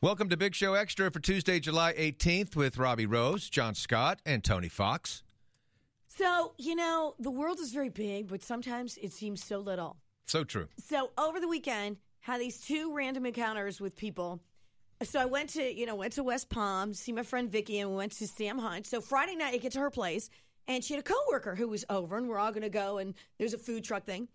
Welcome to Big Show Extra for Tuesday, July 18th with Robbie Rose, John Scott, and Tony Fox. So, you know, the world is very big, but sometimes it seems so little. So true. So, over the weekend, had these two random encounters with people. So I went to, you know, went to West Palm, see my friend Vicky, and we went to Sam Hunt. So Friday night, I get to her place, and she had a coworker who was over, and we're all going to go, and there's a food truck thing.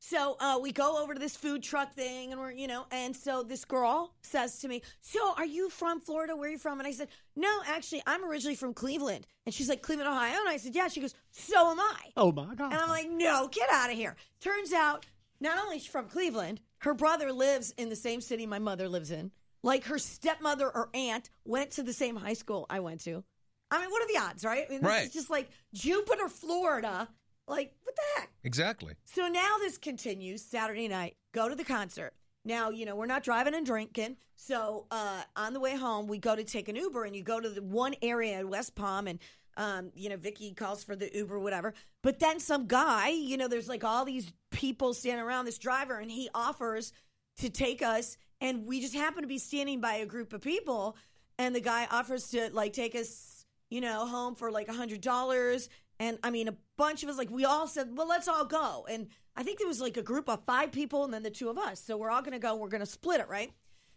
So uh, we go over to this food truck thing, and we're, you know, and so this girl says to me, So are you from Florida? Where are you from? And I said, No, actually, I'm originally from Cleveland. And she's like, Cleveland, Ohio? And I said, Yeah. She goes, So am I. Oh my God. And I'm like, no, get out of here. Turns out, not only is she from Cleveland, her brother lives in the same city my mother lives in. Like her stepmother or aunt went to the same high school I went to. I mean, what are the odds, right? I mean, this Right. is just like Jupiter, Florida. Like, what the heck? Exactly. So now this continues Saturday night. Go to the concert. Now, you know, we're not driving and drinking. So uh, on the way home, we go to take an Uber and you go to the one area in West Palm and, um, you know, Vicky calls for the Uber, whatever. But then some guy, you know, there's like all these people standing around this driver and he offers to take us. And we just happen to be standing by a group of people. And the guy offers to like take us you know, home for like a hundred dollars. And I mean, a bunch of us, like we all said, well, let's all go. And I think there was like a group of five people and then the two of us. So we're all going to go and we're going to split it, right?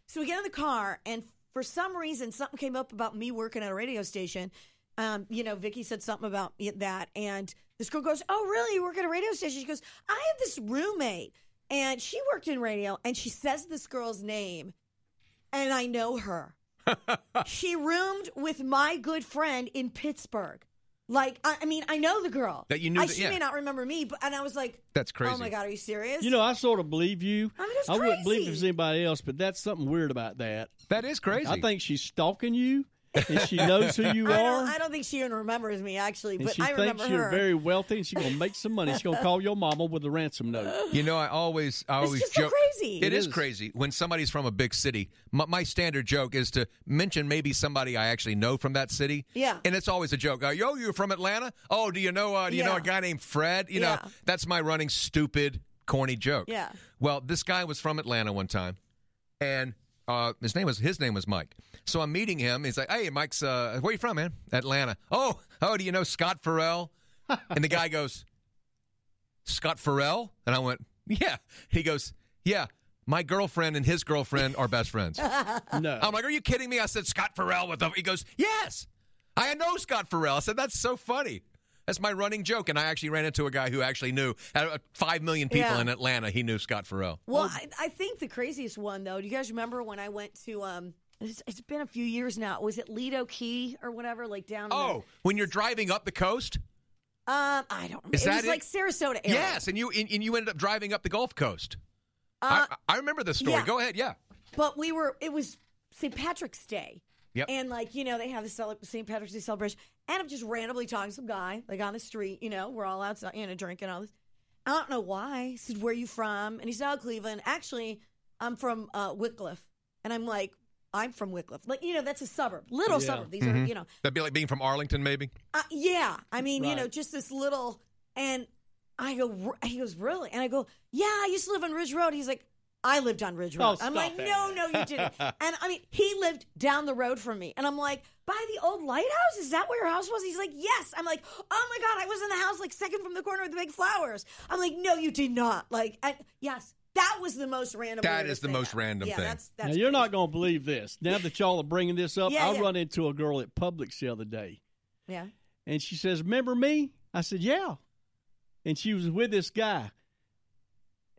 So we get in the car and for some reason, something came up about me working at a radio station. Um, you know, Vicky said something about it- that. And this girl goes, oh, really? You work at a radio station? She goes, I had this roommate and she worked in radio and she says this girl's name and I know her. she roomed with my good friend in Pittsburgh. Like, I, I mean, I know the girl. That you knew I, that- she yeah. may not remember me, but and I was like, That's crazy. Oh my god, are you serious? You know, I sort of believe you. I mean, that's wouldn't believe crazy. it was anybody else, but that's something weird about that. That is crazy. I think she's stalking you, and she knows who you I are, don't, I don't think she even remembers me actually, and but she I remember thinks you're her. very wealthy, and she's gonna make some money. She's gonna call your mama with a ransom note. You know, I always, I always just so joke. crazy. it It is. is. crazy when somebody's from a big city. My, my standard joke is to mention maybe somebody I actually know from that city. Yeah. and it's always a joke. Uh, Yo, you're from Atlanta? Oh, do you know? Uh, do you know Yeah. a guy named Fred? You know, Yeah. that's my running stupid, corny joke. Yeah. Well, this guy was from Atlanta one time, and uh, his name was his name was Mike. So I'm meeting him. He's like, "Hey, Mike's, uh, where you from, man? Atlanta. Oh, oh, do you know Scott Farrell?" and the guy goes, "Scott Farrell," and I went, "Yeah." He goes, "Yeah." My girlfriend and his girlfriend are best friends. No, I'm like, "Are you kidding me?" I said, "Scott Farrell with them." He goes, "Yes, I know Scott Farrell." I said, "That's so funny." That's my running joke, and I actually ran into a guy who actually knew out of five million people Yeah. in Atlanta. He knew Scott Farrell. well, I, I think the craziest one though. Do you guys remember when I went to? um it's, it's been a few years now. Was it Lido Key or whatever? Like down. in the- Oh, when you're driving up the coast? um, I don't. remember. Is it that was it? like Sarasota area. Yes, and you and, and you ended up driving up the Gulf Coast. I, I remember this story. Uh, yeah. Go ahead. Yeah. But we were, it was St. Patrick's Day. Yep. And like, you know, they have the cele- St. Patrick's Day celebration. And I'm just randomly talking to some guy, like on the street, you know, we're all outside, you know, drinking all this. I don't know why. I said, where are you from? And he said, oh, Cleveland. Actually, I'm from uh, Wycliffe. And I'm like, I'm from Wycliffe. Like, you know, that's a suburb, little Yeah. suburb. These are, you know, That'd be like being from Arlington, maybe. uh, yeah. I mean, you Right. know, just this little. And I go, "Re-" he goes, really? And I go, yeah, I used to live on Ridge Road. He's like, I lived on Ridge Road. Oh, I'm stop like, that. no, no, you didn't. and I mean, he lived down the road from me. And I'm like, by the old lighthouse? Is that where your house was? He's like, yes. I'm like, oh my God, I was in the house like second from the corner with the big flowers. I'm like, no, you did not. Like, I, yes. That was the most random. That weirdest is the thing most ever. random yeah, thing. That's, now that's you're not gonna believe this. Now that y'all are bringing this up, Yeah, I yeah. run into a girl at Publix the other day. Yeah. And she says, Remember me? I said, Yeah. And she was with this guy.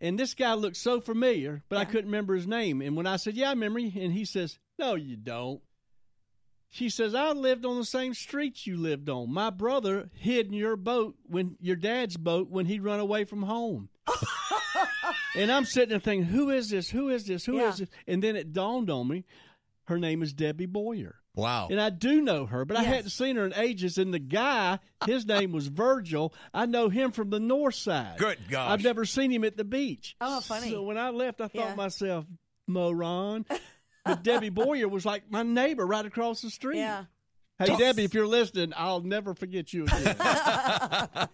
And this guy looked so familiar, but I Yeah. couldn't remember his name. And when I said, Yeah, I remember you, and he says, No, you don't. She says, I lived on the same street you lived on. My brother hid in your boat when your dad's boat when he run away from home. and I'm sitting there thinking, Who is this? Who is this? Who is Yeah. this? And then it dawned on me, her name is Debbie Boyer. Wow. And I do know her, but I Yes. hadn't seen her in ages. And the guy, his name was Virgil. I know him from the north side. Good gosh. I've never seen him at the beach. Oh, funny. So when I left, I thought Yeah. myself, moron. But Debbie Boyer was like my neighbor right across the street. Yeah. Hey, Debbie, if you're listening, I'll never forget you again.